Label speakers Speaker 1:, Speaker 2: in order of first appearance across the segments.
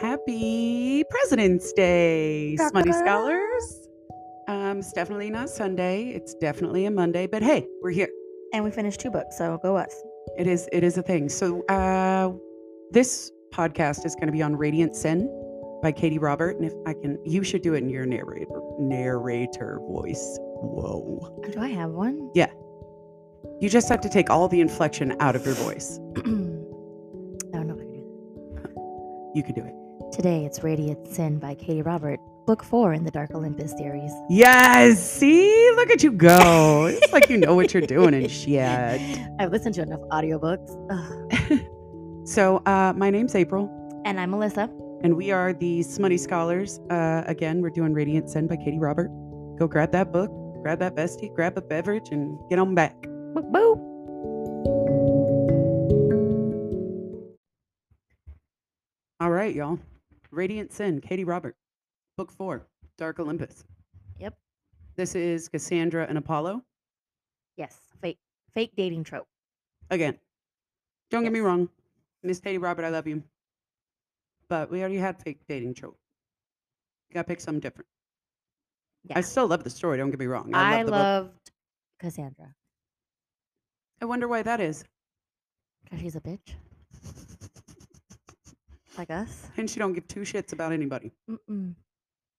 Speaker 1: Happy President's Day, Smutty
Speaker 2: Ta-ta.
Speaker 1: Scholars. Um, it's definitely not Sunday. It's definitely a Monday, but hey, we're here.
Speaker 2: And we finished two books, so go us.
Speaker 1: It is it is a thing. So uh, this podcast is going to be on Radiant Sin by Katie Robert, and if I can, you should do it in your narrator narrator voice. Whoa!
Speaker 2: Do I have one?
Speaker 1: You just have to take all the inflection out of your voice.
Speaker 2: I don't know if I can do
Speaker 1: You can do it.
Speaker 2: that. Today it's Radiant Sin by Katie Robert, book four in the Dark Olympus series.
Speaker 1: Yes. See, look at you go. Oh, It's like you know what you're doing and shit.
Speaker 2: I've listened to enough audiobooks. Ugh.
Speaker 1: So uh, my name's April.
Speaker 2: And I'm Melissa.
Speaker 1: And we are the Smutty Scholars. Uh, again, we're doing Radiant Sun by Katie Robert. Go grab that book, grab that bestie, grab a beverage, and get on back.
Speaker 2: Boop, boop.
Speaker 1: All right, y'all. Radiant Sin, Katie Robert, book four, Dark Olympus.
Speaker 2: Yep.
Speaker 1: This is Cassandra and Apollo.
Speaker 2: Yes, fake fake dating trope.
Speaker 1: Again, don't get me
Speaker 2: Yes.
Speaker 1: wrong, Miss Katie Robert, I love you. But we already had fake dating trope. You gotta pick something different.
Speaker 2: Yeah.
Speaker 1: I still love the story, don't get me wrong. I,
Speaker 2: I,
Speaker 1: love the book.
Speaker 2: loved Cassandra
Speaker 1: I wonder why that is.
Speaker 2: because she's a bitch. Like us.
Speaker 1: And she don't give two shits about anybody.
Speaker 2: Mm-mm.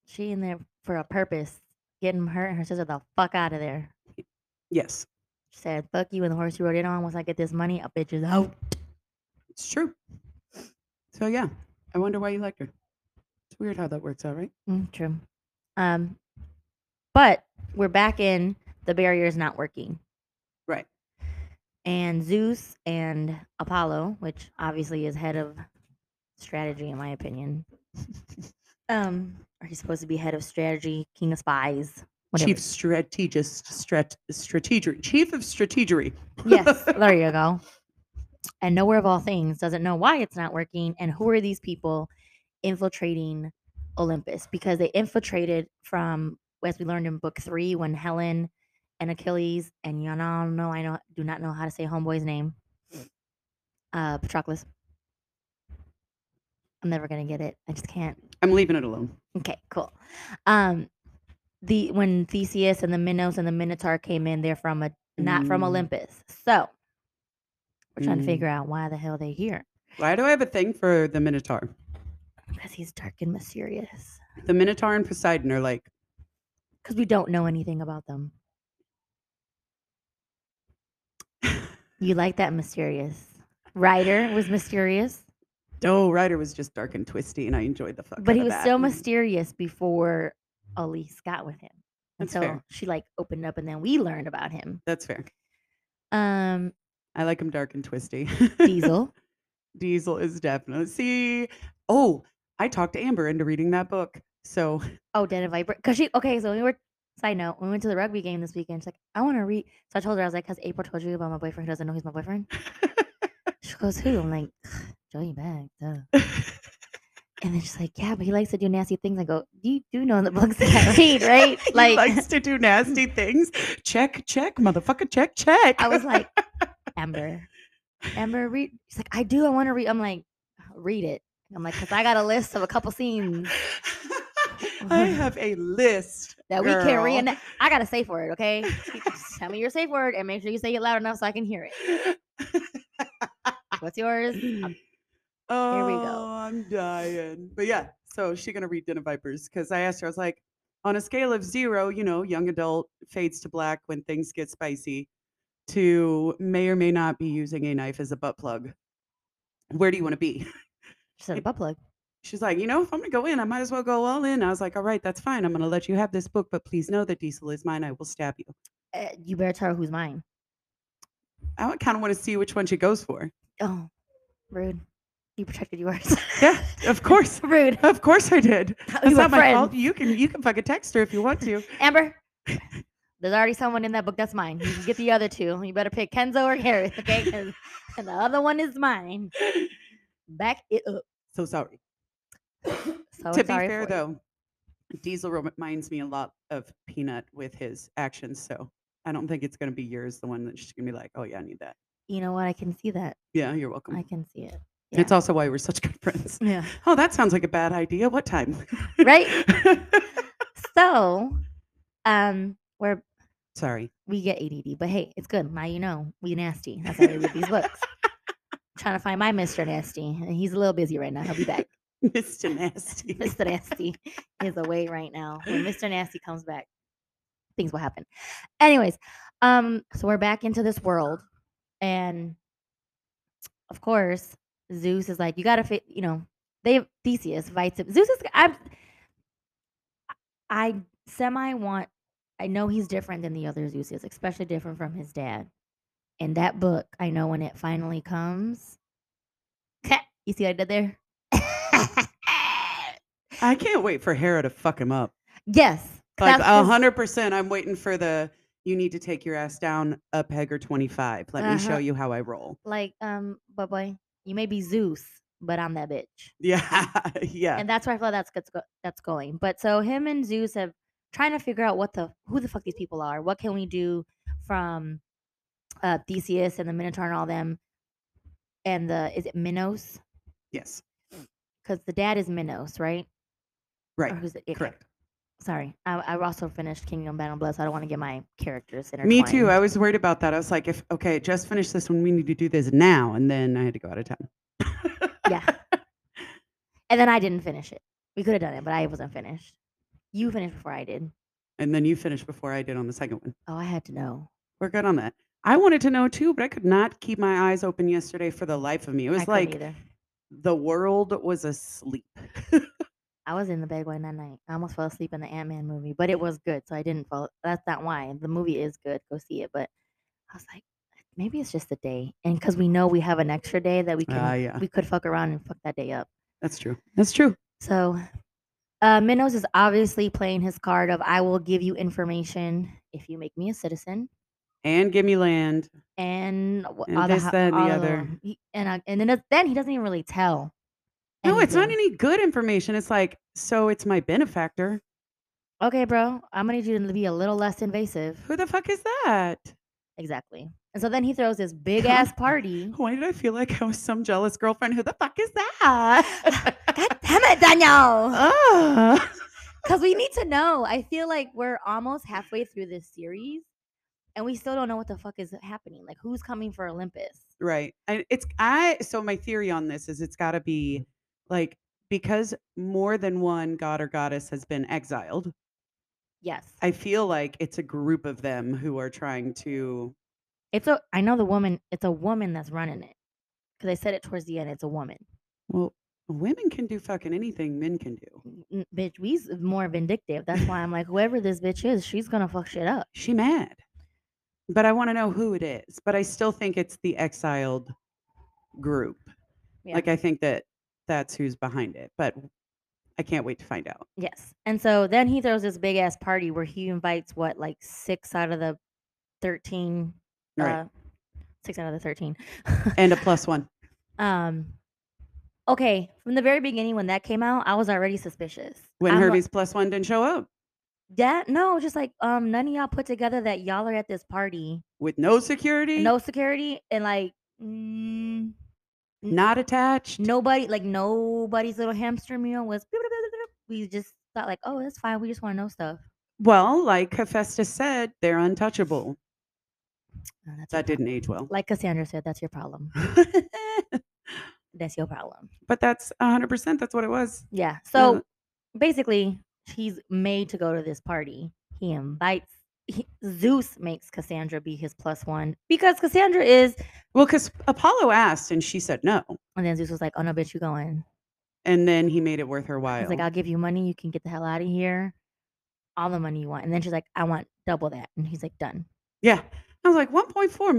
Speaker 2: She in there for a purpose, getting her and her sister the fuck out of there.
Speaker 1: Yes,
Speaker 2: She said, fuck you and the horse you rode in on. Once I get this money, a bitch is out.
Speaker 1: it's true. So yeah, I wonder why you liked her. It's weird how that works out, right?
Speaker 2: Mm, true. Um, but we're back in the barrier is not working,
Speaker 1: Right.
Speaker 2: and Zeus and Apollo, which obviously is head of strategy in my opinion. Um, are you supposed to be head of strategy, king of spies? Whatever.
Speaker 1: Chief strategist, strat, strategery, chief of strategery.
Speaker 2: yes, there you go. And nowhere of all things doesn't know why it's not working and who are these people infiltrating Olympus because they infiltrated from as we learned in book three when Helen and Achilles and you know no I know do not know how to say homeboy's name. Uh Patroclus. I'm never gonna get it. I just can't.
Speaker 1: I'm leaving it alone.
Speaker 2: Okay, cool. Um, the when Theseus and the Minos and the Minotaur came in, they're from a not from
Speaker 1: Mm.
Speaker 2: Olympus. So we're trying
Speaker 1: Mm.
Speaker 2: to figure out why the hell they here
Speaker 1: Why do I have a thing for the Minotaur?
Speaker 2: because he's dark and mysterious.
Speaker 1: The Minotaur and Poseidon are like,
Speaker 2: Because we don't know anything about them. you like that mysterious? Ryder was mysterious,
Speaker 1: oh, Ryder was just dark and twisty, and I enjoyed the fuck.
Speaker 2: but
Speaker 1: out
Speaker 2: he
Speaker 1: of
Speaker 2: was
Speaker 1: that. Mm,
Speaker 2: so mysterious before Elise got with him.
Speaker 1: That's
Speaker 2: until
Speaker 1: fair.
Speaker 2: she like opened up, and then we learned about him.
Speaker 1: That's fair.
Speaker 2: Um,
Speaker 1: I like him dark and twisty.
Speaker 2: Diesel.
Speaker 1: Diesel is definitely. See, oh, I talked Amber into reading that book. So
Speaker 2: Oh, Dead and Viper. Cause she okay. So we were side note. We went to the rugby game this weekend. She's like, I want to read. So I told her I was like, Has April told you about my boyfriend who doesn't know he's my boyfriend? she goes, Who? I'm like, Joey Bag. Duh. And then she's like, Yeah, but he likes to do nasty things. I go, You do know the books that I read, right?
Speaker 1: he
Speaker 2: Like,
Speaker 1: likes to do nasty things. Check, check, motherfucker, check, check.
Speaker 2: I was like, Amber, Amber, read. She's like, I do. I want to read. I'm like, Read it. I'm like, Cause I got a list of a couple scenes
Speaker 1: I have a list.
Speaker 2: that we can
Speaker 1: Girl.
Speaker 2: reenact. I got a safe word, okay? Just Tell me your safe word and make sure you say it loud enough so I can hear it. What's yours? Um,
Speaker 1: Oh,
Speaker 2: we go.
Speaker 1: I'm dying. But yeah, so she's gonna read Dinner Vipers because I asked her. I was like, on a scale of zero, you know, young adult fades to black when things get spicy, to may or may not be using a knife as a butt plug. Where do you want to be?
Speaker 2: She said a
Speaker 1: It-
Speaker 2: butt plug.
Speaker 1: She's like, you know, if I'm gonna go in, I might as well go all in. I was like, all right, that's fine. I'm gonna let you have this book, but please know that Diesel is mine. I will stab you.
Speaker 2: Uh, you better tell her who's mine.
Speaker 1: I kind of want to see which one she goes for.
Speaker 2: Oh, rude. You protected yours.
Speaker 1: Yeah, of course,
Speaker 2: rude.
Speaker 1: of course I did.
Speaker 2: You
Speaker 1: That's
Speaker 2: were
Speaker 1: not my
Speaker 2: friends.
Speaker 1: fault. You can you can fucking text her if you want to.
Speaker 2: Amber, there's already someone in that book that's mine. You can get the other two. You better pick Kenzo or Harris, okay? 'Cause the other one is mine. Back it up.
Speaker 1: So sorry.
Speaker 2: So
Speaker 1: to be
Speaker 2: Oh, sorry
Speaker 1: fair,
Speaker 2: for you.
Speaker 1: though, Diesel rem- reminds me a lot of Peanut with his actions. So I don't think it's going to be yours, the one that she's going to be like, oh, yeah, I need that.
Speaker 2: You know what? I can see that.
Speaker 1: Yeah, you're welcome.
Speaker 2: I can see it. Yeah.
Speaker 1: It's also why we're such good friends.
Speaker 2: Yeah.
Speaker 1: Oh, that sounds like a bad idea. What time?
Speaker 2: Right? So, um, we're
Speaker 1: Sorry.
Speaker 2: we get ADD, but hey, it's good. Now you know we nasty. That's why we read these books. Trying to find my Mr. Nasty, and he's a little busy right now. He'll be back.
Speaker 1: Mr. Nasty.
Speaker 2: Mr. Nasty is away right now. When Mr. Nasty comes back, things will happen. Anyways, um, so we're back into this world, and of course, Zeus is like, you gotta, fi-, you know, they Theseus fights him. Zeus is, I, I semi want, I know he's different than the other Zeuses, especially different from his dad. In that book, I know when it finally comes. You see what I did there?
Speaker 1: I can't wait for Hera to fuck him up.
Speaker 2: Yes.
Speaker 1: Like
Speaker 2: that's
Speaker 1: a
Speaker 2: his-
Speaker 1: hundred percent. I'm waiting for the you need to take your ass down a peg or twenty five. Let me show
Speaker 2: Uh-huh.
Speaker 1: you how I roll.
Speaker 2: Like, um, but boy, you may be Zeus, but I'm that bitch.
Speaker 1: Yeah. yeah.
Speaker 2: And that's where I feel that's that's go- that's going. But so him and Zeus have trying to figure out what the who the fuck these people are. What can we do from uh Theseus and the Minotaur and all them? And the is it Minos?
Speaker 1: yes.
Speaker 2: Because the dad is Minos, right? Or
Speaker 1: Right.
Speaker 2: who's the, yeah,
Speaker 1: Correct.
Speaker 2: Sorry, I, I also finished Kingdom Battle Blood, so I don't want to get my characters intertwined.
Speaker 1: Me too. I was worried about that. I was like, if okay, just finish this one. We need to do this now. And then I had to go out of town.
Speaker 2: Yeah. and then I didn't finish it. We could have done it, but I wasn't finished. You finished before I did.
Speaker 1: And then you finished before I did on the second one.
Speaker 2: Oh, I had to know.
Speaker 1: We're good on that. I wanted to know too, but I could not keep my eyes open yesterday for the life of me. It
Speaker 2: I
Speaker 1: was
Speaker 2: couldn't
Speaker 1: like
Speaker 2: either.
Speaker 1: the world was asleep.
Speaker 2: I was in the bed one that night. I almost fell asleep in the Ant Man movie, but it was good, so I didn't fall. That's not why the movie is good. Go see it. But I was like, maybe it's just a day, and because we know we have an extra day that we can,
Speaker 1: Ah, yeah.
Speaker 2: we could fuck around and fuck that day up.
Speaker 1: That's true. That's true.
Speaker 2: So, uh, Minos is obviously playing his card of I will give you information if you make me a citizen.
Speaker 1: And give me land.
Speaker 2: and, w-
Speaker 1: And
Speaker 2: all the
Speaker 1: this,
Speaker 2: ho-
Speaker 1: that, and the
Speaker 2: all of
Speaker 1: other.
Speaker 2: them. He- and I, and then it- then he doesn't even really tell.
Speaker 1: No, it's not
Speaker 2: anything.
Speaker 1: any good information. It's like, so it's my benefactor.
Speaker 2: okay, bro. I'm gonna need you to be a little less invasive.
Speaker 1: e Who the fuck is that?
Speaker 2: Exactly. And so then he throws this big ass party.
Speaker 1: Why did I feel like I was some jealous girlfriend? Who the fuck is Ah. that?
Speaker 2: God damn it, Danielle!
Speaker 1: Ah.
Speaker 2: Because we need to know. I feel like we're almost halfway through this series, and we still don't know what the fuck is happening. Like, who's coming for Olympus?
Speaker 1: Right. I, it's I so my theory on this is it's got to be like because more than one god or goddess has been exiled.
Speaker 2: Yes,
Speaker 1: I feel like it's a group of them who are trying to
Speaker 2: it's a. I know the woman. It's a woman that's running it. Because I said it towards the end. It's a woman.
Speaker 1: well women can do fucking anything men can do.
Speaker 2: n- n- bitch, we's more vindictive. That's why I'm like, whoever this bitch is, she's gonna fuck shit up.
Speaker 1: She mad. But I want to know who it is. But I still think it's the exiled group.
Speaker 2: Yeah.
Speaker 1: Like I think that that's who's behind it, but I can't wait to find out.
Speaker 2: Yes. And so then he throws this big ass party where he invites what, like six out of the thirteen,
Speaker 1: Right.
Speaker 2: uh, six out of the thirteen.
Speaker 1: and a plus one.
Speaker 2: um, okay, from the very beginning when that came out, I was already suspicious.
Speaker 1: When
Speaker 2: I'm like,
Speaker 1: Herbie's plus one didn't show up
Speaker 2: that no, just like um, none of y'all put together that y'all are at this party,
Speaker 1: with no security,
Speaker 2: no security, and like. Mm,
Speaker 1: not attached.
Speaker 2: nobody like nobody's little hamster meal was we just thought like oh that's fine we just want to know stuff
Speaker 1: Well, like Hephaestus said, they're untouchable.
Speaker 2: No, that's your
Speaker 1: That didn't age well.
Speaker 2: prob- like cassandra said that's your problem that's your problem
Speaker 1: but that's 100%. That's what it was.
Speaker 2: yeah
Speaker 1: No,
Speaker 2: so basically he's made to go to this party he invites he, zeus makes cassandra be his plus one because cassandra is
Speaker 1: Well, because Apollo asked and she said no.
Speaker 2: and then zeus was like oh no bitch you going
Speaker 1: And then he made it worth her while.
Speaker 2: he's like i'll give you money you can get the hell out of here all the money you want and then she's like i want double that and he's like done
Speaker 1: yeah. I was like, $1.4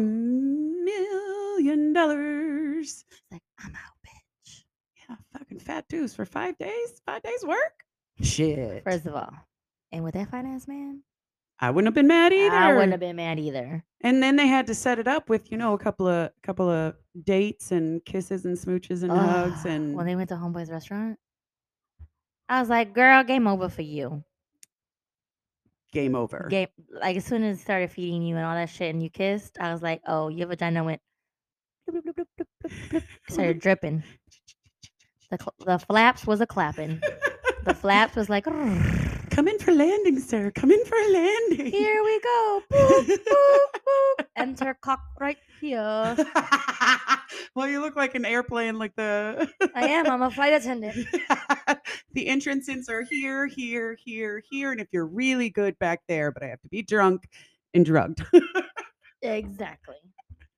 Speaker 1: million. dollars.
Speaker 2: She's like i'm out bitch
Speaker 1: Yeah, fucking fat dues for five days, five days work. Shit.
Speaker 2: First of all, and with that finance man,
Speaker 1: I wouldn't have been mad either.
Speaker 2: I wouldn't have been mad either.
Speaker 1: And then they had to set it up with, you know, a couple of couple of dates and kisses and smooches and hugs
Speaker 2: Ugh,
Speaker 1: and
Speaker 2: when they went to Homeboy's restaurant, I was like, "Girl, game over for you."
Speaker 1: game over.
Speaker 2: Game like as soon as it started feeding you and all that shit, and you kissed, I was like, "Oh, your vagina went." bloop, bloop, bloop, bloop, bloop, bloop," Started dripping. The, cl- the flaps was a clapping. The flaps was like,
Speaker 1: Come in for landing, sir. Come in for a landing.
Speaker 2: here we go. Boop, boop, boop. Enter cock right here.
Speaker 1: well, you look like an airplane, like the.
Speaker 2: I am. I'm a flight attendant.
Speaker 1: the entrances are here, here, here, here, and if you're really good back there, but I have to be drunk and drugged.
Speaker 2: Exactly.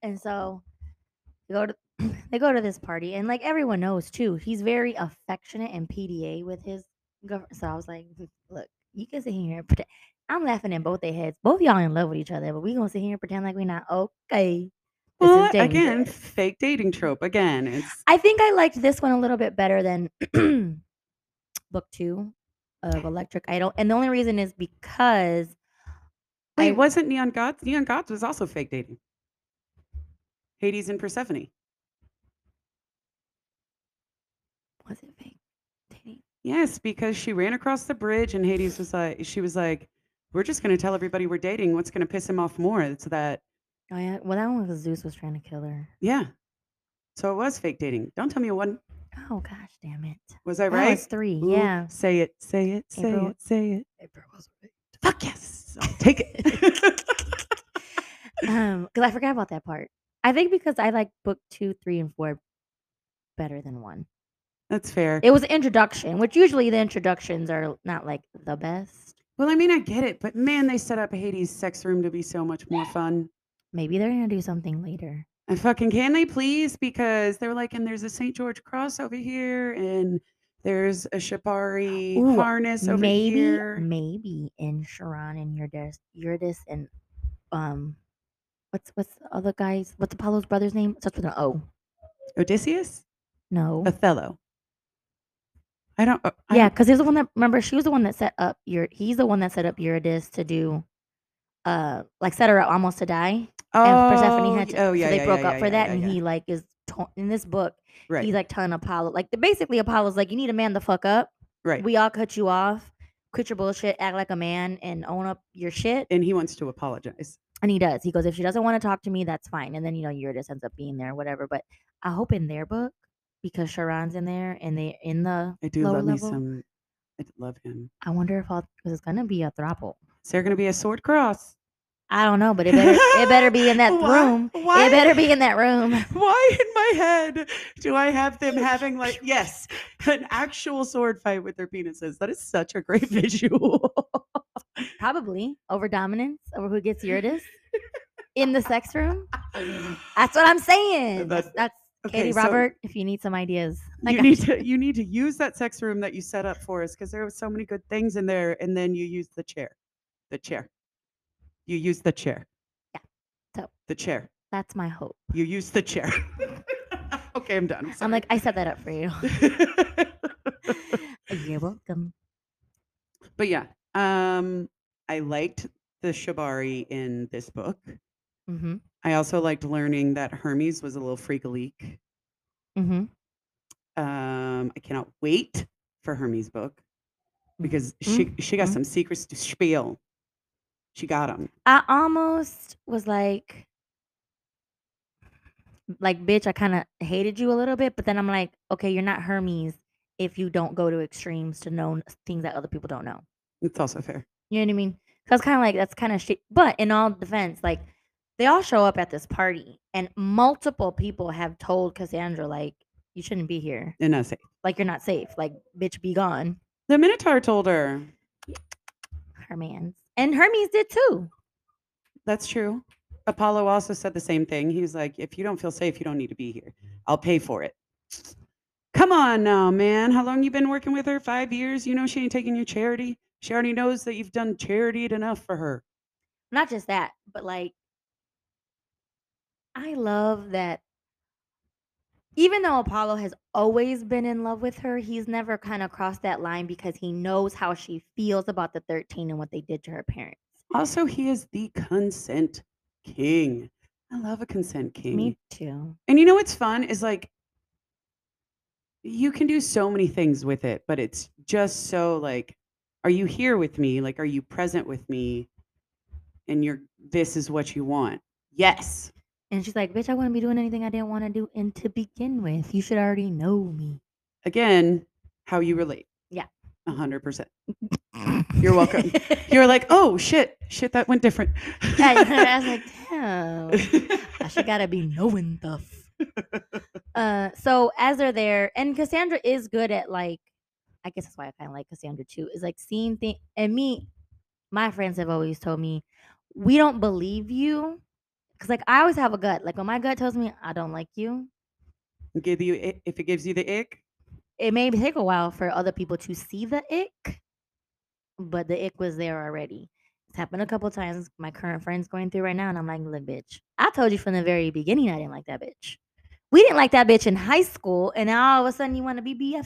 Speaker 2: And so they go to they go to this party, and like everyone knows too, he's very affectionate and PDA with his girlfriend. So I was like, look, you can sit here and pretend. I'm laughing in both their heads. Both y'all in love with each other, but we gonna sit here and pretend like we're not okay. This is
Speaker 1: well, again,
Speaker 2: dangerous.
Speaker 1: fake dating trope. Again, it's
Speaker 2: I think I liked this one a little bit better than book two of Electric Idol, and the only reason is because I-
Speaker 1: it wasn't Neon Gods. Neon Gods was also fake dating. Hades and Persephone.
Speaker 2: was it fake dating?
Speaker 1: Yes, because she ran across the bridge and Hades was like, she was like, we're just going to tell everybody we're dating. What's going to piss him off more? It's that,
Speaker 2: Oh yeah, well that one was Zeus was trying to kill her.
Speaker 1: yeah. So it was fake dating. Don't tell me it wasn't.
Speaker 2: Oh gosh, damn it!
Speaker 1: Was I
Speaker 2: That
Speaker 1: right? Mm-hmm.
Speaker 2: was three.
Speaker 1: Ooh,
Speaker 2: Yeah.
Speaker 1: Say it, say it, say
Speaker 2: April-
Speaker 1: it, say it.
Speaker 2: was
Speaker 1: Fuck yes. I'll take it.
Speaker 2: um, because I forgot about that part. I think because I like book two, three, and four better than one.
Speaker 1: That's fair.
Speaker 2: It was an introduction, which usually the introductions are not like the best.
Speaker 1: well, I mean, I get it, but man, they set up Hades' sex room to be so much more fun.
Speaker 2: Maybe they're gonna do something later.
Speaker 1: And fucking can they please? Because they're like, and there's a St. George cross over here, and there's a Shibari
Speaker 2: Ooh,
Speaker 1: harness over
Speaker 2: maybe,
Speaker 1: here.
Speaker 2: maybe in Sharon and Eurydice, Eurydice and um, what's what's the other guy's? What's Apollo's brother's name? Starts with an O. Mm.
Speaker 1: Odysseus?
Speaker 2: No.
Speaker 1: Othello. I don't. Uh, I
Speaker 2: Yeah,
Speaker 1: don't-
Speaker 2: because he was the one that remember she was the one that set up your he's the one that set up Eurydice to do uh like set her up almost to die. and Persephone had
Speaker 1: y-
Speaker 2: to
Speaker 1: oh, yeah,
Speaker 2: so they
Speaker 1: yeah,
Speaker 2: broke
Speaker 1: yeah,
Speaker 2: up
Speaker 1: yeah,
Speaker 2: for
Speaker 1: yeah,
Speaker 2: that
Speaker 1: yeah,
Speaker 2: and
Speaker 1: yeah.
Speaker 2: he like is to- in this book
Speaker 1: right,
Speaker 2: he's like telling Apollo like the- basically Apollo's like you need a man the fuck up.
Speaker 1: right.
Speaker 2: We all cut you off. Quit your bullshit, act like a man and own up your shit.
Speaker 1: and he wants to apologize.
Speaker 2: And he does. He goes, if she doesn't want to talk to me, that's fine. And then, you know, Eurydice ends up being there, whatever. But I hope in their book, because Sharon's in there and they in the
Speaker 1: I do
Speaker 2: lower
Speaker 1: love
Speaker 2: level.
Speaker 1: me some. I d- love him.
Speaker 2: I wonder if all because it's gonna be a throuple.
Speaker 1: Is there going to be a sword cross?
Speaker 2: I don't know, but it better it better be in that
Speaker 1: Why-
Speaker 2: room.
Speaker 1: Why?
Speaker 2: It better be in that room.
Speaker 1: Why in my head do I have them having like yes, an actual sword fight with their penises? That is such a great visual.
Speaker 2: Probably over dominance, over who gets Eurydice in the sex room. That's what I'm saying. That's,
Speaker 1: That-
Speaker 2: that's
Speaker 1: okay,
Speaker 2: Katie
Speaker 1: so
Speaker 2: Robert. If you need some ideas, I
Speaker 1: you
Speaker 2: got
Speaker 1: need to you need to use that sex room that you set up for us because there was so many good things in there, and then you use the chair, the chair. You use the chair.
Speaker 2: Yeah, so-
Speaker 1: the chair.
Speaker 2: That's my hope.
Speaker 1: You use the chair. okay, I'm done.
Speaker 2: I'm like I set that up for you.
Speaker 1: like.
Speaker 2: You're welcome.
Speaker 1: But yeah, um, I liked the Shibari in this book.
Speaker 2: Mm-hmm.
Speaker 1: I also liked learning that Hermes was a little freak a leak.
Speaker 2: Mm-hmm.
Speaker 1: Um, I cannot wait for Hermes' book because she she got
Speaker 2: mhm.
Speaker 1: some secrets to spiel. She got them.
Speaker 2: I almost was like, like, bitch, I kind of hated you a little bit, but then I'm like, okay, you're not Hermes if you don't go to extremes to know n- things that other people don't know.
Speaker 1: It's also fair.
Speaker 2: You know what I mean? So it's kind of like that's kind of shit. But in all defense, like they all show up at this party, and multiple people have told Cassandra like you shouldn't be here,
Speaker 1: And I say
Speaker 2: like you're not safe, like bitch, be gone,
Speaker 1: the Minotaur told her.
Speaker 2: Hermes. And Hermes did too.
Speaker 1: That's true. Apollo also said the same thing. He was like, "If you don't feel safe, you don't need to be here. I'll pay for it." Come on now, man. How long you been working with her? Five years. You know she ain't taking your charity. She already knows that you've done charity enough for her.
Speaker 2: not just that, but like I love that even though Apollo has always been in love with her, he's never kind of crossed that line because he knows how she feels about the 13 and what they did to her parents.
Speaker 1: Also, he is the consent king. I love a consent king.
Speaker 2: Me too.
Speaker 1: And you know what's fun is like you can do so many things with it, but it's just so like, are you here with me? Like, are you present with me? And you're this is what you want. Yes.
Speaker 2: And she's like, bitch, I wouldn't be doing anything I didn't want to do. And to begin with, you should already know me.
Speaker 1: again, how you relate.
Speaker 2: Yeah.
Speaker 1: A hundred percent. You're welcome. You're like, oh shit, shit, that went different.
Speaker 2: I was like, damn. I should gotta be knowing stuff. Uh, so as they're there, and Cassandra is good at like, I guess that's why I kind of like Cassandra too. Is like seeing things. And me, my friends have always told me, we don't believe you, because like I always have a gut. Like when my gut tells me I don't like you,
Speaker 1: Give you i- if it gives you the ick.
Speaker 2: it may take a while for other people to see the ick, but the ick was there already. It's happened a couple times. My current friend's going through right now, and I'm like, look, bitch, I told you from the very beginning I didn't like that bitch. We didn't like that bitch in high school, and now all of a sudden you want to be BFFs.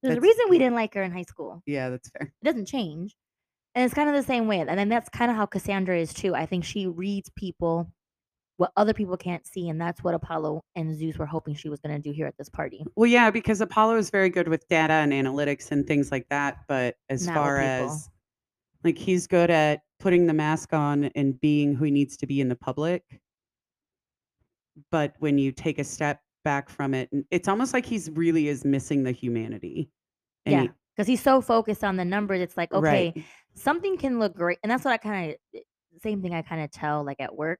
Speaker 2: There's a
Speaker 1: That's-
Speaker 2: reason we didn't like her in high school.
Speaker 1: Yeah, that's fair.
Speaker 2: It doesn't change. And it's kind of the same way. And then that's kind of how Cassandra is too. I think she reads people what other people can't see, and that's what Apollo and Zeus were hoping she was going to do here at this party.
Speaker 1: Well, yeah, because Apollo is very good with data and analytics and things like that. But as
Speaker 2: Not with
Speaker 1: far
Speaker 2: people.
Speaker 1: as like he's good at putting the mask on and being who he needs to be in the public. But when you take a step back from it, n- it's almost like he's really is missing the humanity.
Speaker 2: Yeah.
Speaker 1: he-
Speaker 2: because he's so focused on the numbers. It's like, okay,
Speaker 1: right.
Speaker 2: something can look great, and that's what I kind of same thing I kind of tell like at work.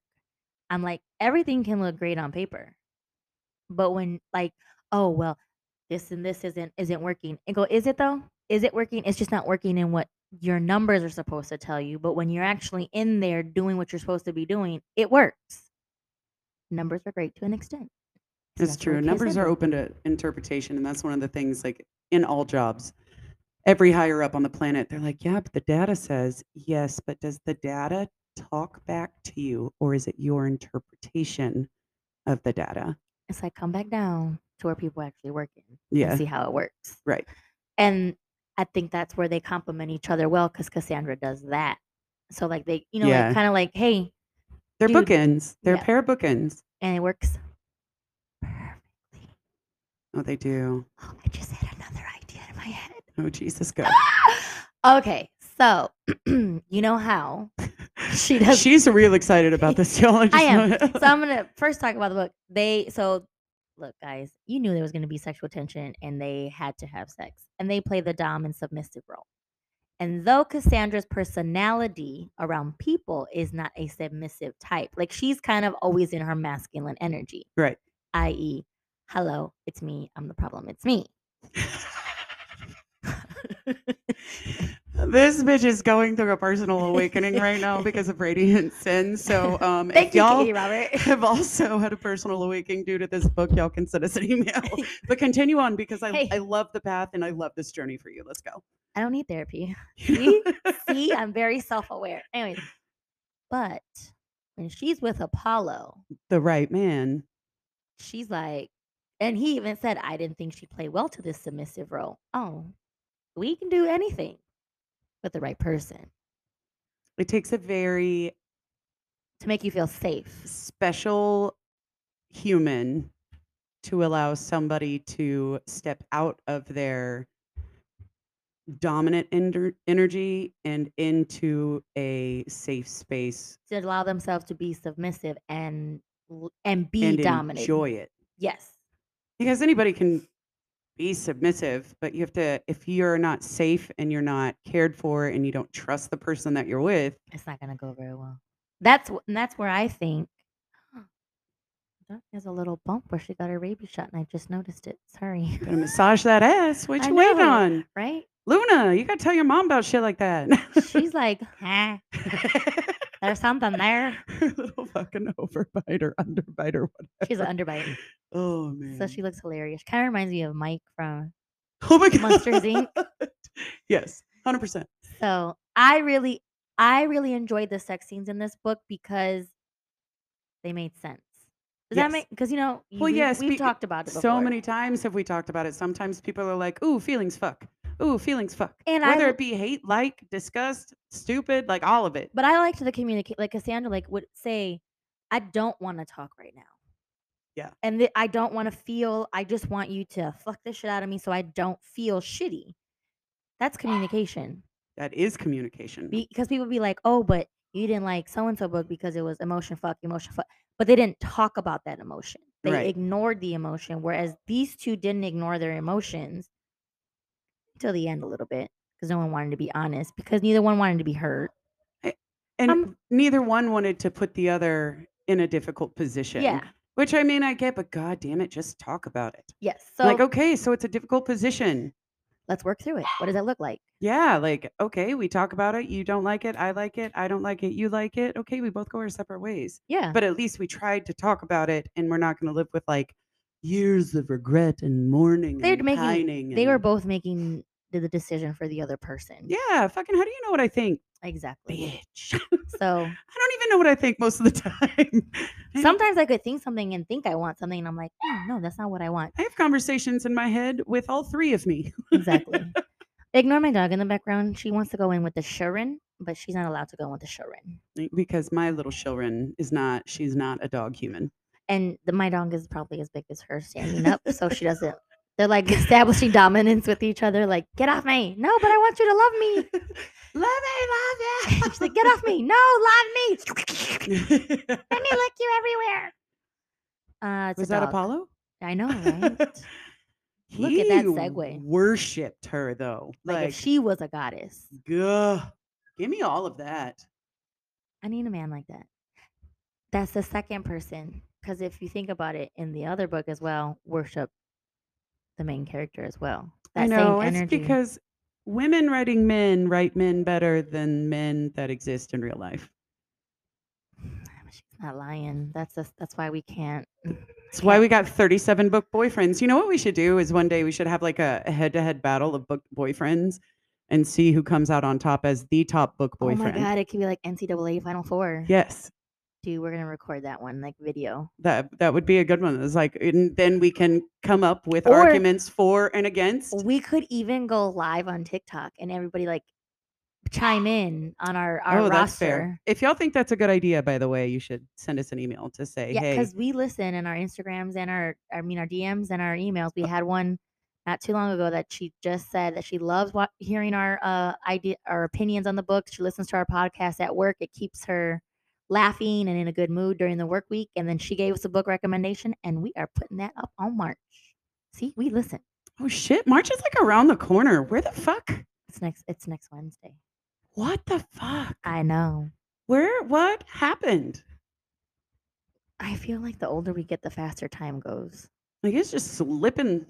Speaker 2: I'm like, everything can look great on paper, but when like, oh well, this and this isn't isn't working. And go, is it though? Is it working? It's just not working in what your numbers are supposed to tell you. But when you're actually in there doing what you're supposed to be doing, it works. Numbers are great to an extent. and
Speaker 1: That's
Speaker 2: what
Speaker 1: true.
Speaker 2: Kay
Speaker 1: Numbers
Speaker 2: said
Speaker 1: are
Speaker 2: then.
Speaker 1: open to interpretation. And that's one of the things, like in all jobs, every higher up on the planet, they're like, yeah, but the data says yes, but does the data talk back to you or is it your interpretation of the data?
Speaker 2: It's like come back down to where people actually working.
Speaker 1: Yeah.
Speaker 2: and see how it works.
Speaker 1: Right.
Speaker 2: And I think that's where they complement each other well because Cassandra does that. So like they, you know,
Speaker 1: Yeah.
Speaker 2: like, kind of like, hey,
Speaker 1: They're
Speaker 2: Dude,
Speaker 1: bookends. They're a
Speaker 2: yeah.
Speaker 1: pair of bookends.
Speaker 2: and it works. Perfect.
Speaker 1: Oh, they do.
Speaker 2: Oh, I just had another idea in my head.
Speaker 1: Oh, Jesus, go.
Speaker 2: okay, so you know how she does.
Speaker 1: She's real excited about this, y'all. I, just
Speaker 2: am.
Speaker 1: know-
Speaker 2: so I'm gonna first talk about the book. They so look, guys, you knew there was gonna be sexual tension and they had to have sex. And they play the dom and submissive role. And though Cassandra's personality around people is not a submissive type, like she's kind of always in her masculine energy,
Speaker 1: Right.
Speaker 2: i.e., hello, it's me, I'm the problem, it's me.
Speaker 1: This bitch is going through a personal awakening right now because of radiant sin. So, um,
Speaker 2: Thank
Speaker 1: if
Speaker 2: you,
Speaker 1: y'all
Speaker 2: Katie Robert.
Speaker 1: have also had a personal awakening due to this book, y'all can send us an email. But continue on because I,
Speaker 2: Hey.
Speaker 1: I love the path and I love this journey for you. Let's go.
Speaker 2: I don't need therapy. See? See, I'm very self aware. Anyways, but when she's with Apollo,
Speaker 1: the right man.
Speaker 2: she's like, and he even said, I didn't think she played well to this submissive role. Oh, we can do anything with the right person
Speaker 1: It takes a very
Speaker 2: to make you feel safe.
Speaker 1: special human to allow somebody to step out of their dominant ender- energy and into a safe space
Speaker 2: To allow themselves to be submissive and l- and be
Speaker 1: and
Speaker 2: dominant.
Speaker 1: enjoy it.
Speaker 2: Yes.
Speaker 1: because anybody can be submissive but you have to if you're not safe and you're not cared for and you don't trust the person that you're with
Speaker 2: It's not gonna go very well. That's wh- and that's where I think Doc has a little bump where she got her rabies shot and I just noticed it. Sorry.
Speaker 1: gotta massage that ass what
Speaker 2: I
Speaker 1: you waiting
Speaker 2: know.
Speaker 1: on
Speaker 2: Right?
Speaker 1: luna you gotta tell your mom about shit like that
Speaker 2: She's like, huh, there's something there.
Speaker 1: little fucking overbite or underbite or whatever
Speaker 2: She's an underbite.
Speaker 1: oh man
Speaker 2: So she looks hilarious. Kind of reminds me of Mike from.
Speaker 1: oh my god
Speaker 2: Monsters, Inc.
Speaker 1: yes 100%
Speaker 2: So I really, I really enjoyed the sex scenes in this book because they made sense. Does
Speaker 1: Yes.
Speaker 2: that make? Because you know, you-
Speaker 1: Well,
Speaker 2: we've,
Speaker 1: yes,
Speaker 2: we've
Speaker 1: be-
Speaker 2: talked about it
Speaker 1: so
Speaker 2: before.
Speaker 1: many times have we talked about it sometimes people are like ooh feelings fuck ooh feelings fuck
Speaker 2: And I
Speaker 1: whether
Speaker 2: l-
Speaker 1: it be hate like disgust stupid like all of it
Speaker 2: But I liked the communicate. Like Cassandra, like would say, "I don't want to talk right now."
Speaker 1: Yeah.
Speaker 2: And th- I don't want to feel. I just want you to fuck the shit out of me so I don't feel shitty. That's communication.
Speaker 1: That is communication.
Speaker 2: because people be like, oh, but you didn't like so and so book because it was emotion fuck, emotion fuck. But they didn't talk about that emotion. They
Speaker 1: Right.
Speaker 2: ignored the emotion, whereas these two didn't ignore their emotions till the end a little bit because no one wanted to be honest because neither one wanted to be hurt.
Speaker 1: And
Speaker 2: I'm-
Speaker 1: neither one wanted to put the other in a difficult position.
Speaker 2: Yeah.
Speaker 1: Which I mean, I get, but God damn it, just talk about it.
Speaker 2: Yes. So
Speaker 1: like, "Oh, okay, so it's a difficult position.
Speaker 2: let's work through it. What does that look like?
Speaker 1: Yeah. Like, okay, we talk about it. You don't like it. I like it. I don't like it. You like it. Okay, we both go our separate ways.
Speaker 2: Yeah.
Speaker 1: But at least we tried to talk about it and we're not going to live with like years of regret and mourning
Speaker 2: They're
Speaker 1: and
Speaker 2: making-
Speaker 1: pining.
Speaker 2: they were
Speaker 1: and-
Speaker 2: both making the the decision for the other person.
Speaker 1: Yeah. Fucking, how do you know what I think?
Speaker 2: Exactly.
Speaker 1: Bitch. I
Speaker 2: So
Speaker 1: don't even know what I think most of the time. I don't
Speaker 2: sometimes I could think something and think I want something, and I'm like, "Oh, no, that's not what I want.
Speaker 1: I have conversations in my head with all three of me.
Speaker 2: Exactly. Ignore my dog in the background. She wants to go in with the Shurin, but she's not allowed to go in with the Shurin.
Speaker 1: Because my little children is not, she's not a dog human.
Speaker 2: And the, my dog is probably as big as her standing up, so she doesn't. They're like establishing dominance with each other, like, get off me. No, but I want you to love
Speaker 1: love it,
Speaker 2: me. She's like, get off me. No, love me.
Speaker 1: love
Speaker 2: Let me lick you everywhere. Uh, it's
Speaker 1: Was
Speaker 2: a
Speaker 1: that
Speaker 2: dog.
Speaker 1: Apollo?
Speaker 2: I know, right? Look at that segue.
Speaker 1: Worshipped her though.
Speaker 2: like,
Speaker 1: Like,
Speaker 2: if she was a goddess,
Speaker 1: guh, give me all of that.
Speaker 2: I need a man like that. That's the second person. Because if you think about it in the other book as well, worship the main character as well. That
Speaker 1: I know
Speaker 2: same
Speaker 1: it's
Speaker 2: energy.
Speaker 1: because women writing men write men better than men that exist in real life.
Speaker 2: She's not lying. That's just, that's why we can't.
Speaker 1: That's why
Speaker 2: Okay.
Speaker 1: we got 37 book boyfriends. You know what we should do is one day we should have like a head to head battle of book boyfriends and see who comes out on top as the top book boyfriend.
Speaker 2: Oh my god, it could be like NCAA Final Four.
Speaker 1: Yes.
Speaker 2: Dude, we're gonna record that one like video.
Speaker 1: That that would be a good one. It's like and then we can come up with
Speaker 2: Or-
Speaker 1: arguments for and against.
Speaker 2: We could even go live on TikTok and everybody like chime in on our our
Speaker 1: oh,
Speaker 2: roster.
Speaker 1: that's fair. If y'all think that's a good idea, by the way, you should send us an email to say,
Speaker 2: Yeah,
Speaker 1: hey,
Speaker 2: because we listen in our Instagrams and our, I mean, our DMs and our emails. We had one not too long ago that she just said that she loves wa- hearing our uh, idea, our opinions on the books. She listens to our podcast at work. It keeps her laughing and in a good mood during the work week. And then she gave us a book recommendation, and we are putting that up on March. See, we listen.
Speaker 1: oh shit, March is like around the corner. Where the fuck?
Speaker 2: It's next. It's next Wednesday.
Speaker 1: What the fuck?
Speaker 2: I know.
Speaker 1: Where what happened?
Speaker 2: I feel like the older we get, the faster time goes.
Speaker 1: Like it's just slipping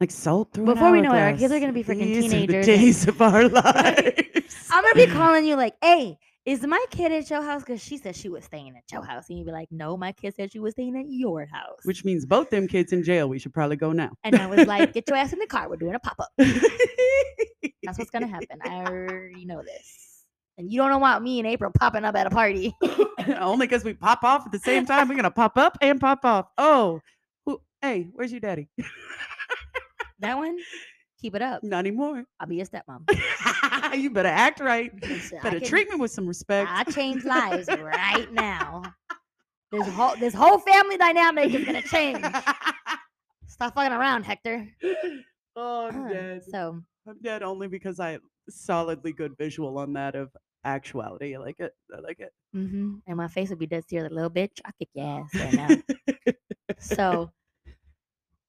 Speaker 1: like salt through. an
Speaker 2: Before we know it, our
Speaker 1: hourglass.
Speaker 2: kids are gonna be freaking
Speaker 1: These are
Speaker 2: teenagers
Speaker 1: the
Speaker 2: and-
Speaker 1: days of our lives.
Speaker 2: I'm gonna be calling you like, hey, is my kid at your house? Because she said she was staying at your house. And you'd be like, no, my kid said she was staying at your house.
Speaker 1: Which means both them kids in jail. We should probably go now.
Speaker 2: and I was like, get your ass in the car. We're doing a pop up.
Speaker 1: That's
Speaker 2: That's what's gonna happen. I already know this. And you don't want me and April popping up at a party.
Speaker 1: Only because we pop off at the same time. We're gonna pop up and pop off. Oh, who, hey, where's your daddy?
Speaker 2: that one, keep it up.
Speaker 1: Not anymore.
Speaker 2: I'll be your stepmom.
Speaker 1: you better act right.
Speaker 2: Listen, I
Speaker 1: Better
Speaker 2: can-
Speaker 1: treat me with some respect.
Speaker 2: I change lives right now. This whole this whole family dynamic is gonna change. Stop fucking around, Hector. Uh,
Speaker 1: oh, I'm dead.
Speaker 2: So
Speaker 1: I'm dead only because I solidly good visual on that of actuality. I like it. I like it.
Speaker 2: hmm And my face would be dead serious, like, little bitch. I kick your ass right now. so,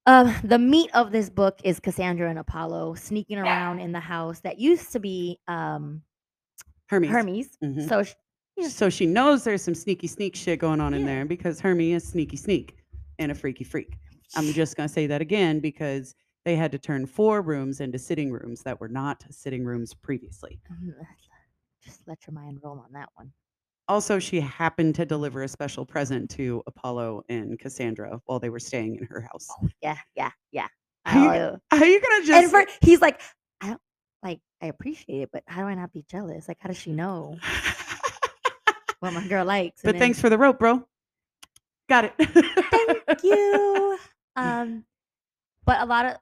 Speaker 2: um, the meat of this book is Cassandra and Apollo sneaking around in the house that used to be um,
Speaker 1: Hermes.
Speaker 2: Hermes.
Speaker 1: Mhm.
Speaker 2: So, sh- Yeah.
Speaker 1: So she knows there's some sneaky sneak shit going on in
Speaker 2: Yeah.
Speaker 1: there because Hermie is sneaky sneak and a freaky freak. I'm just gonna say that again because they had to turn four rooms into sitting rooms that were not sitting rooms previously.
Speaker 2: just let your mind roll on that one.
Speaker 1: Also, she happened to deliver a special present to Apollo and Cassandra while they were staying in her house.
Speaker 2: Yeah, yeah, yeah.
Speaker 1: Are you-
Speaker 2: Oh,
Speaker 1: Are you gonna just
Speaker 2: and for, he's like, I don't like. I appreciate it, but how do I not be jealous? Like, how does she know what my girl likes?
Speaker 1: But
Speaker 2: And then-
Speaker 1: thanks for the rope, bro. Got it.
Speaker 2: thank you um but a lot of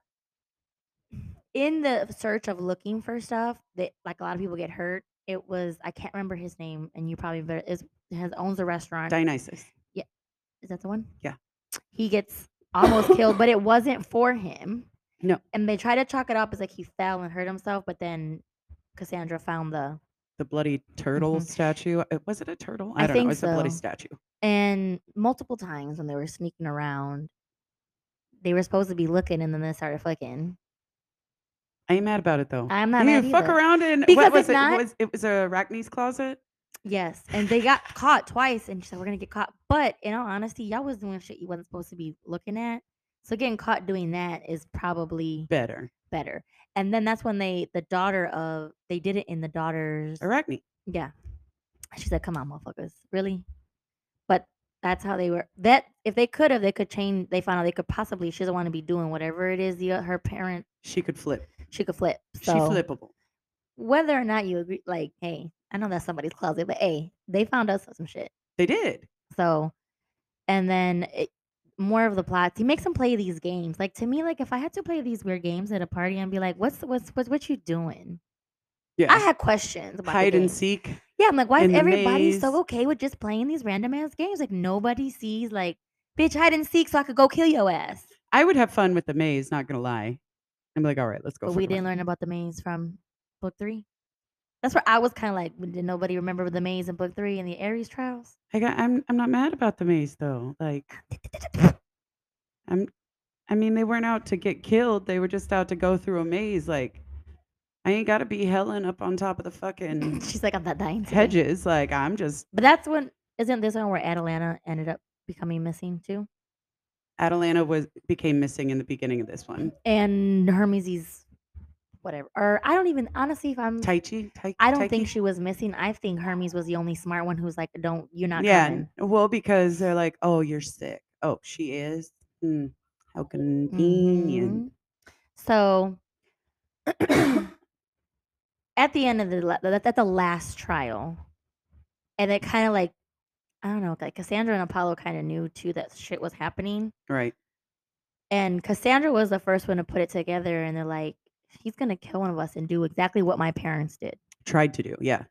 Speaker 2: in the search of looking for stuff that like a lot of people get hurt it was i can't remember his name and you probably better is has owns a restaurant
Speaker 1: Dionysus.
Speaker 2: is that the one
Speaker 1: Yeah.
Speaker 2: he gets almost killed but it wasn't for him
Speaker 1: No.
Speaker 2: and they try to chalk it up as like he fell and hurt himself but then cassandra found the
Speaker 1: the bloody turtle statue. Uh, Was it a turtle? I,
Speaker 2: Mm-hmm. I
Speaker 1: don't
Speaker 2: think
Speaker 1: know. It's a bloody
Speaker 2: so.
Speaker 1: statue.
Speaker 2: And multiple times when they were sneaking around, they were supposed to be looking and then they started fucking.
Speaker 1: I ain't mad about it though.
Speaker 2: I'm not
Speaker 1: you
Speaker 2: mad
Speaker 1: fuck
Speaker 2: either.
Speaker 1: around and
Speaker 2: Because
Speaker 1: what was
Speaker 2: if
Speaker 1: it?
Speaker 2: not-
Speaker 1: was, it was a Arachne's closet.
Speaker 2: Yes. And they got caught twice and she said, We're gonna get caught. But in all honesty, y'all was doing shit you wasn't supposed to be looking at. So getting caught doing that is probably
Speaker 1: Better
Speaker 2: better. And then that's when they the daughter of they did it in the daughter's
Speaker 1: Arachne.
Speaker 2: Yeah. She said, Come on, motherfuckers. Really? But that's how they were that if they could have, they could change they found out they could possibly she doesn't want to be doing whatever it is the o- her parent
Speaker 1: She could flip.
Speaker 2: she could flip. So
Speaker 1: she flippable.
Speaker 2: whether or not you agree like, hey, I know that's somebody's closet, but hey, they found us some shit.
Speaker 1: They did.
Speaker 2: So, and then it, more of the plots. He makes them play these games. Like to me, like if I had to play these weird games at a party, I'd be like, "What's what's what's what you doing?"
Speaker 1: Yeah.
Speaker 2: I had questions about the
Speaker 1: Hide and
Speaker 2: game.
Speaker 1: seek.
Speaker 2: Yeah, I'm like, why is
Speaker 1: and the
Speaker 2: everybody
Speaker 1: maze.
Speaker 2: so okay with just playing these random ass games? Like nobody sees like, bitch, hide and seek, so I could go kill your ass.
Speaker 1: I would have fun with the maze. Not gonna lie. I'm like, all right, let's go.
Speaker 2: but
Speaker 1: fuck
Speaker 2: we didn't
Speaker 1: around."
Speaker 2: learn about the maze from book three. That's where I was kind of like, "Well, did nobody remember the maze in book three and the Aries trials?
Speaker 1: I got. I'm. I'm not mad about the maze though. Like, I'm. I mean, they weren't out to get killed. They were just out to go through a maze. Like, I ain't got to be Helen up on top of the fucking
Speaker 2: She's like, I'm not dying. today."
Speaker 1: hedges. Like, I'm just.
Speaker 2: But that's when isn't this one where Atalanta ended up becoming missing too?
Speaker 1: Atalanta was became missing in the beginning of this one.
Speaker 2: And Hermes's whatever. Or I don't even honestly if I'm
Speaker 1: Taichi. Tai-
Speaker 2: Mm. I don't
Speaker 1: Taiki?
Speaker 2: think she was missing. I think Hermes was the only smart one who's like, Don't you're not
Speaker 1: yeah.
Speaker 2: coming.
Speaker 1: n- Well, because they're like, oh, you're sick. Oh, she is. Hmm. How convenient.
Speaker 2: Mhm. So at the end of the la- at the last trial, and it kind of like I don't know, like Cassandra and Apollo kind of knew too that shit was happening.
Speaker 1: Right.
Speaker 2: And Cassandra was the first one to put it together, and they're like, he's going to kill one of us and do exactly what my parents did,
Speaker 1: Tried to do. Yeah.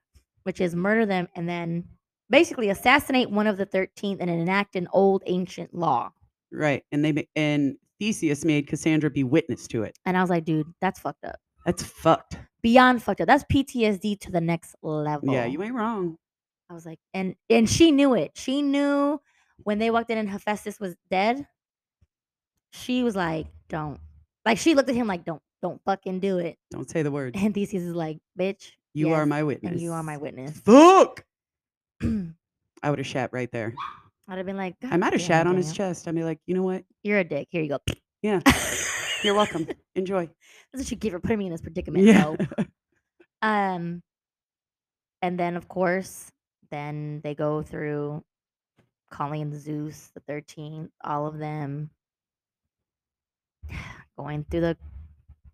Speaker 2: which is murder them and then basically assassinate one of the 13th and enact an old ancient law.
Speaker 1: Right. And they ma- and Theseus made Cassandra be witness to it.
Speaker 2: And I was like, dude, that's fucked up.
Speaker 1: That's fucked.
Speaker 2: Beyond fucked up. That's PTSD to the next level.
Speaker 1: Yeah, you ain't wrong.
Speaker 2: I was like, and and she knew it. She knew when they walked in and Hephaestus was dead. She was like, don't. Like she looked at him like, don't, don't fucking do it.
Speaker 1: Don't say the word.
Speaker 2: And Theseus is like, bitch,
Speaker 1: You are
Speaker 2: yes,
Speaker 1: my witness.
Speaker 2: and you are my witness.
Speaker 1: Fuck!
Speaker 2: I'd
Speaker 1: I would have shat right there.
Speaker 2: have been like,
Speaker 1: I might have shat
Speaker 2: "Goddamn,
Speaker 1: on his
Speaker 2: Daniel,
Speaker 1: chest. I'd be like, you know what?
Speaker 2: You're a dick. Here you go.
Speaker 1: Yeah.
Speaker 2: That's
Speaker 1: You're welcome. Enjoy.
Speaker 2: what you get for putting me in this predicament.
Speaker 1: yeah.
Speaker 2: though. Um, and then of course, then they go through calling in Zeus, the thirteenth, all of them going through the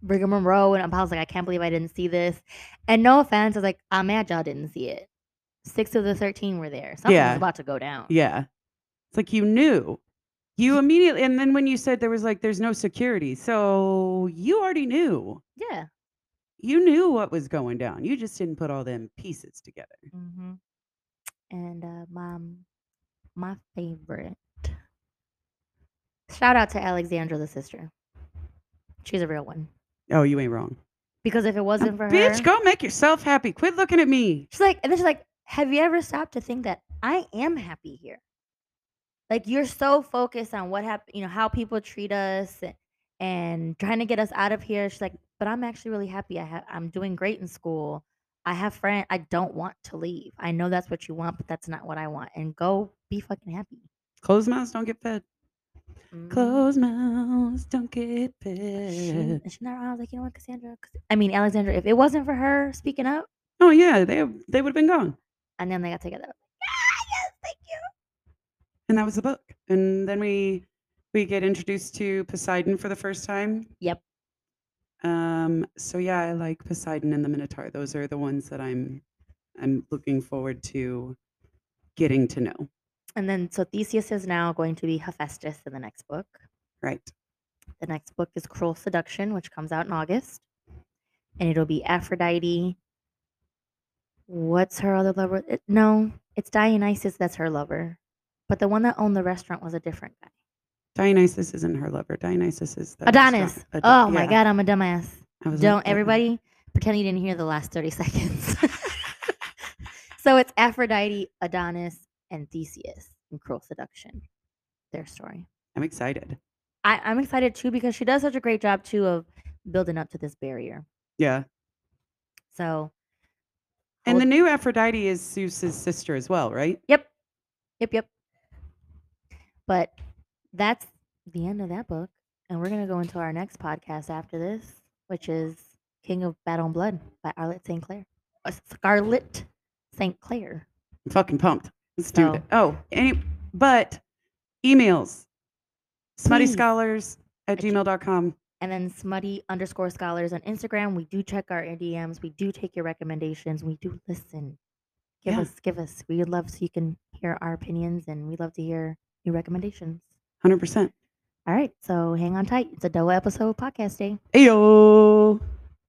Speaker 2: rigmarole, and Apollo's like, I can't believe I didn't see this. And no offense, I was like, I'm mad y'all didn't see it. Six of the thirteen were there. Something
Speaker 1: Yeah.
Speaker 2: was about to go down.
Speaker 1: Yeah. It's like you knew. You immediately, and then when you said there was like, there's no security. So you already knew.
Speaker 2: Yeah.
Speaker 1: You knew what was going down. You just didn't put all them pieces together.
Speaker 2: Mm-hmm. And uh, mom, my favorite. Shout out to Alexandra, the sister. She's a real one.
Speaker 1: Oh, you ain't wrong.
Speaker 2: Because if it
Speaker 1: Now,
Speaker 2: wasn't for her,
Speaker 1: Bitch, go make yourself happy. Quit looking at me.
Speaker 2: she's like, and then she's like, have you ever stopped to think that I am happy here? Like you're so focused on what happened, you know, how people treat us a- and trying to get us out of here. She's like, but I'm actually really happy. I have, I'm doing great in school. I have friends. I don't want to leave. I know that's what you want, but that's not what I want. And go be fucking happy.
Speaker 1: Closed mouths don't get fed.
Speaker 2: Mm-hmm. Mhm.
Speaker 1: Closed mouths don't get
Speaker 2: She,
Speaker 1: fed.
Speaker 2: and she never, I was like, you know what, Cassandra? 'Cause- I mean, Alexandra, if it wasn't for her speaking up,
Speaker 1: Oh yeah, they they would have been gone.
Speaker 2: and then they got together. Ah, yes, thank you.
Speaker 1: And that was the book. And then we we get introduced to Poseidon for the first time.
Speaker 2: Yep.
Speaker 1: Um so yeah, I like Poseidon and the Minotaur. Those are the ones that I'm I'm looking forward to getting to know.
Speaker 2: And then, so Theseus is now going to be Hephaestus in the next book.
Speaker 1: Right.
Speaker 2: The next book is Cruel Seduction, which comes out in August. And it'll be Aphrodite. What's her other lover? It- no, it's Dionysus that's her lover. But the one that owned the restaurant was a different guy.
Speaker 1: Dionysus isn't her lover. Dionysus is the restaurant-
Speaker 2: Adonis.
Speaker 1: Ad-
Speaker 2: oh my
Speaker 1: yeah,
Speaker 2: God, I'm a dumbass.
Speaker 1: I was like,
Speaker 2: Don't
Speaker 1: "Damn."
Speaker 2: everybody pretend you didn't hear the last 30 seconds. so it's Aphrodite, Adonis, and Theseus in Cruel Seduction. Their story.
Speaker 1: I'm excited.
Speaker 2: I, I'm excited too because she does such a great job too of building up to this barrier.
Speaker 1: Yeah.
Speaker 2: So
Speaker 1: And
Speaker 2: Hold-
Speaker 1: the new Aphrodite is Zeus's sister as well, right?
Speaker 2: Yep. Yep, yep. But that's the end of that book. And we're going to go into our next podcast after this, which is King of Battle and Blood by Arlette St. Clair. Uh, Scarlett St. Clair.
Speaker 1: I'm fucking pumped. Let's do
Speaker 2: So-
Speaker 1: it. Oh, any, but emails. Smutty
Speaker 2: Please.
Speaker 1: scholars at
Speaker 2: At g-
Speaker 1: gmail.com.
Speaker 2: And then smutty underscore scholars on Instagram. We do check our DMs. We do take your recommendations. We do listen. Give
Speaker 1: Yeah.
Speaker 2: us, give us. We would love so you can hear our opinions and we love to hear your recommendations.
Speaker 1: 100%.
Speaker 2: All right. So hang on tight. It's a double episode podcast day.
Speaker 1: Ayo.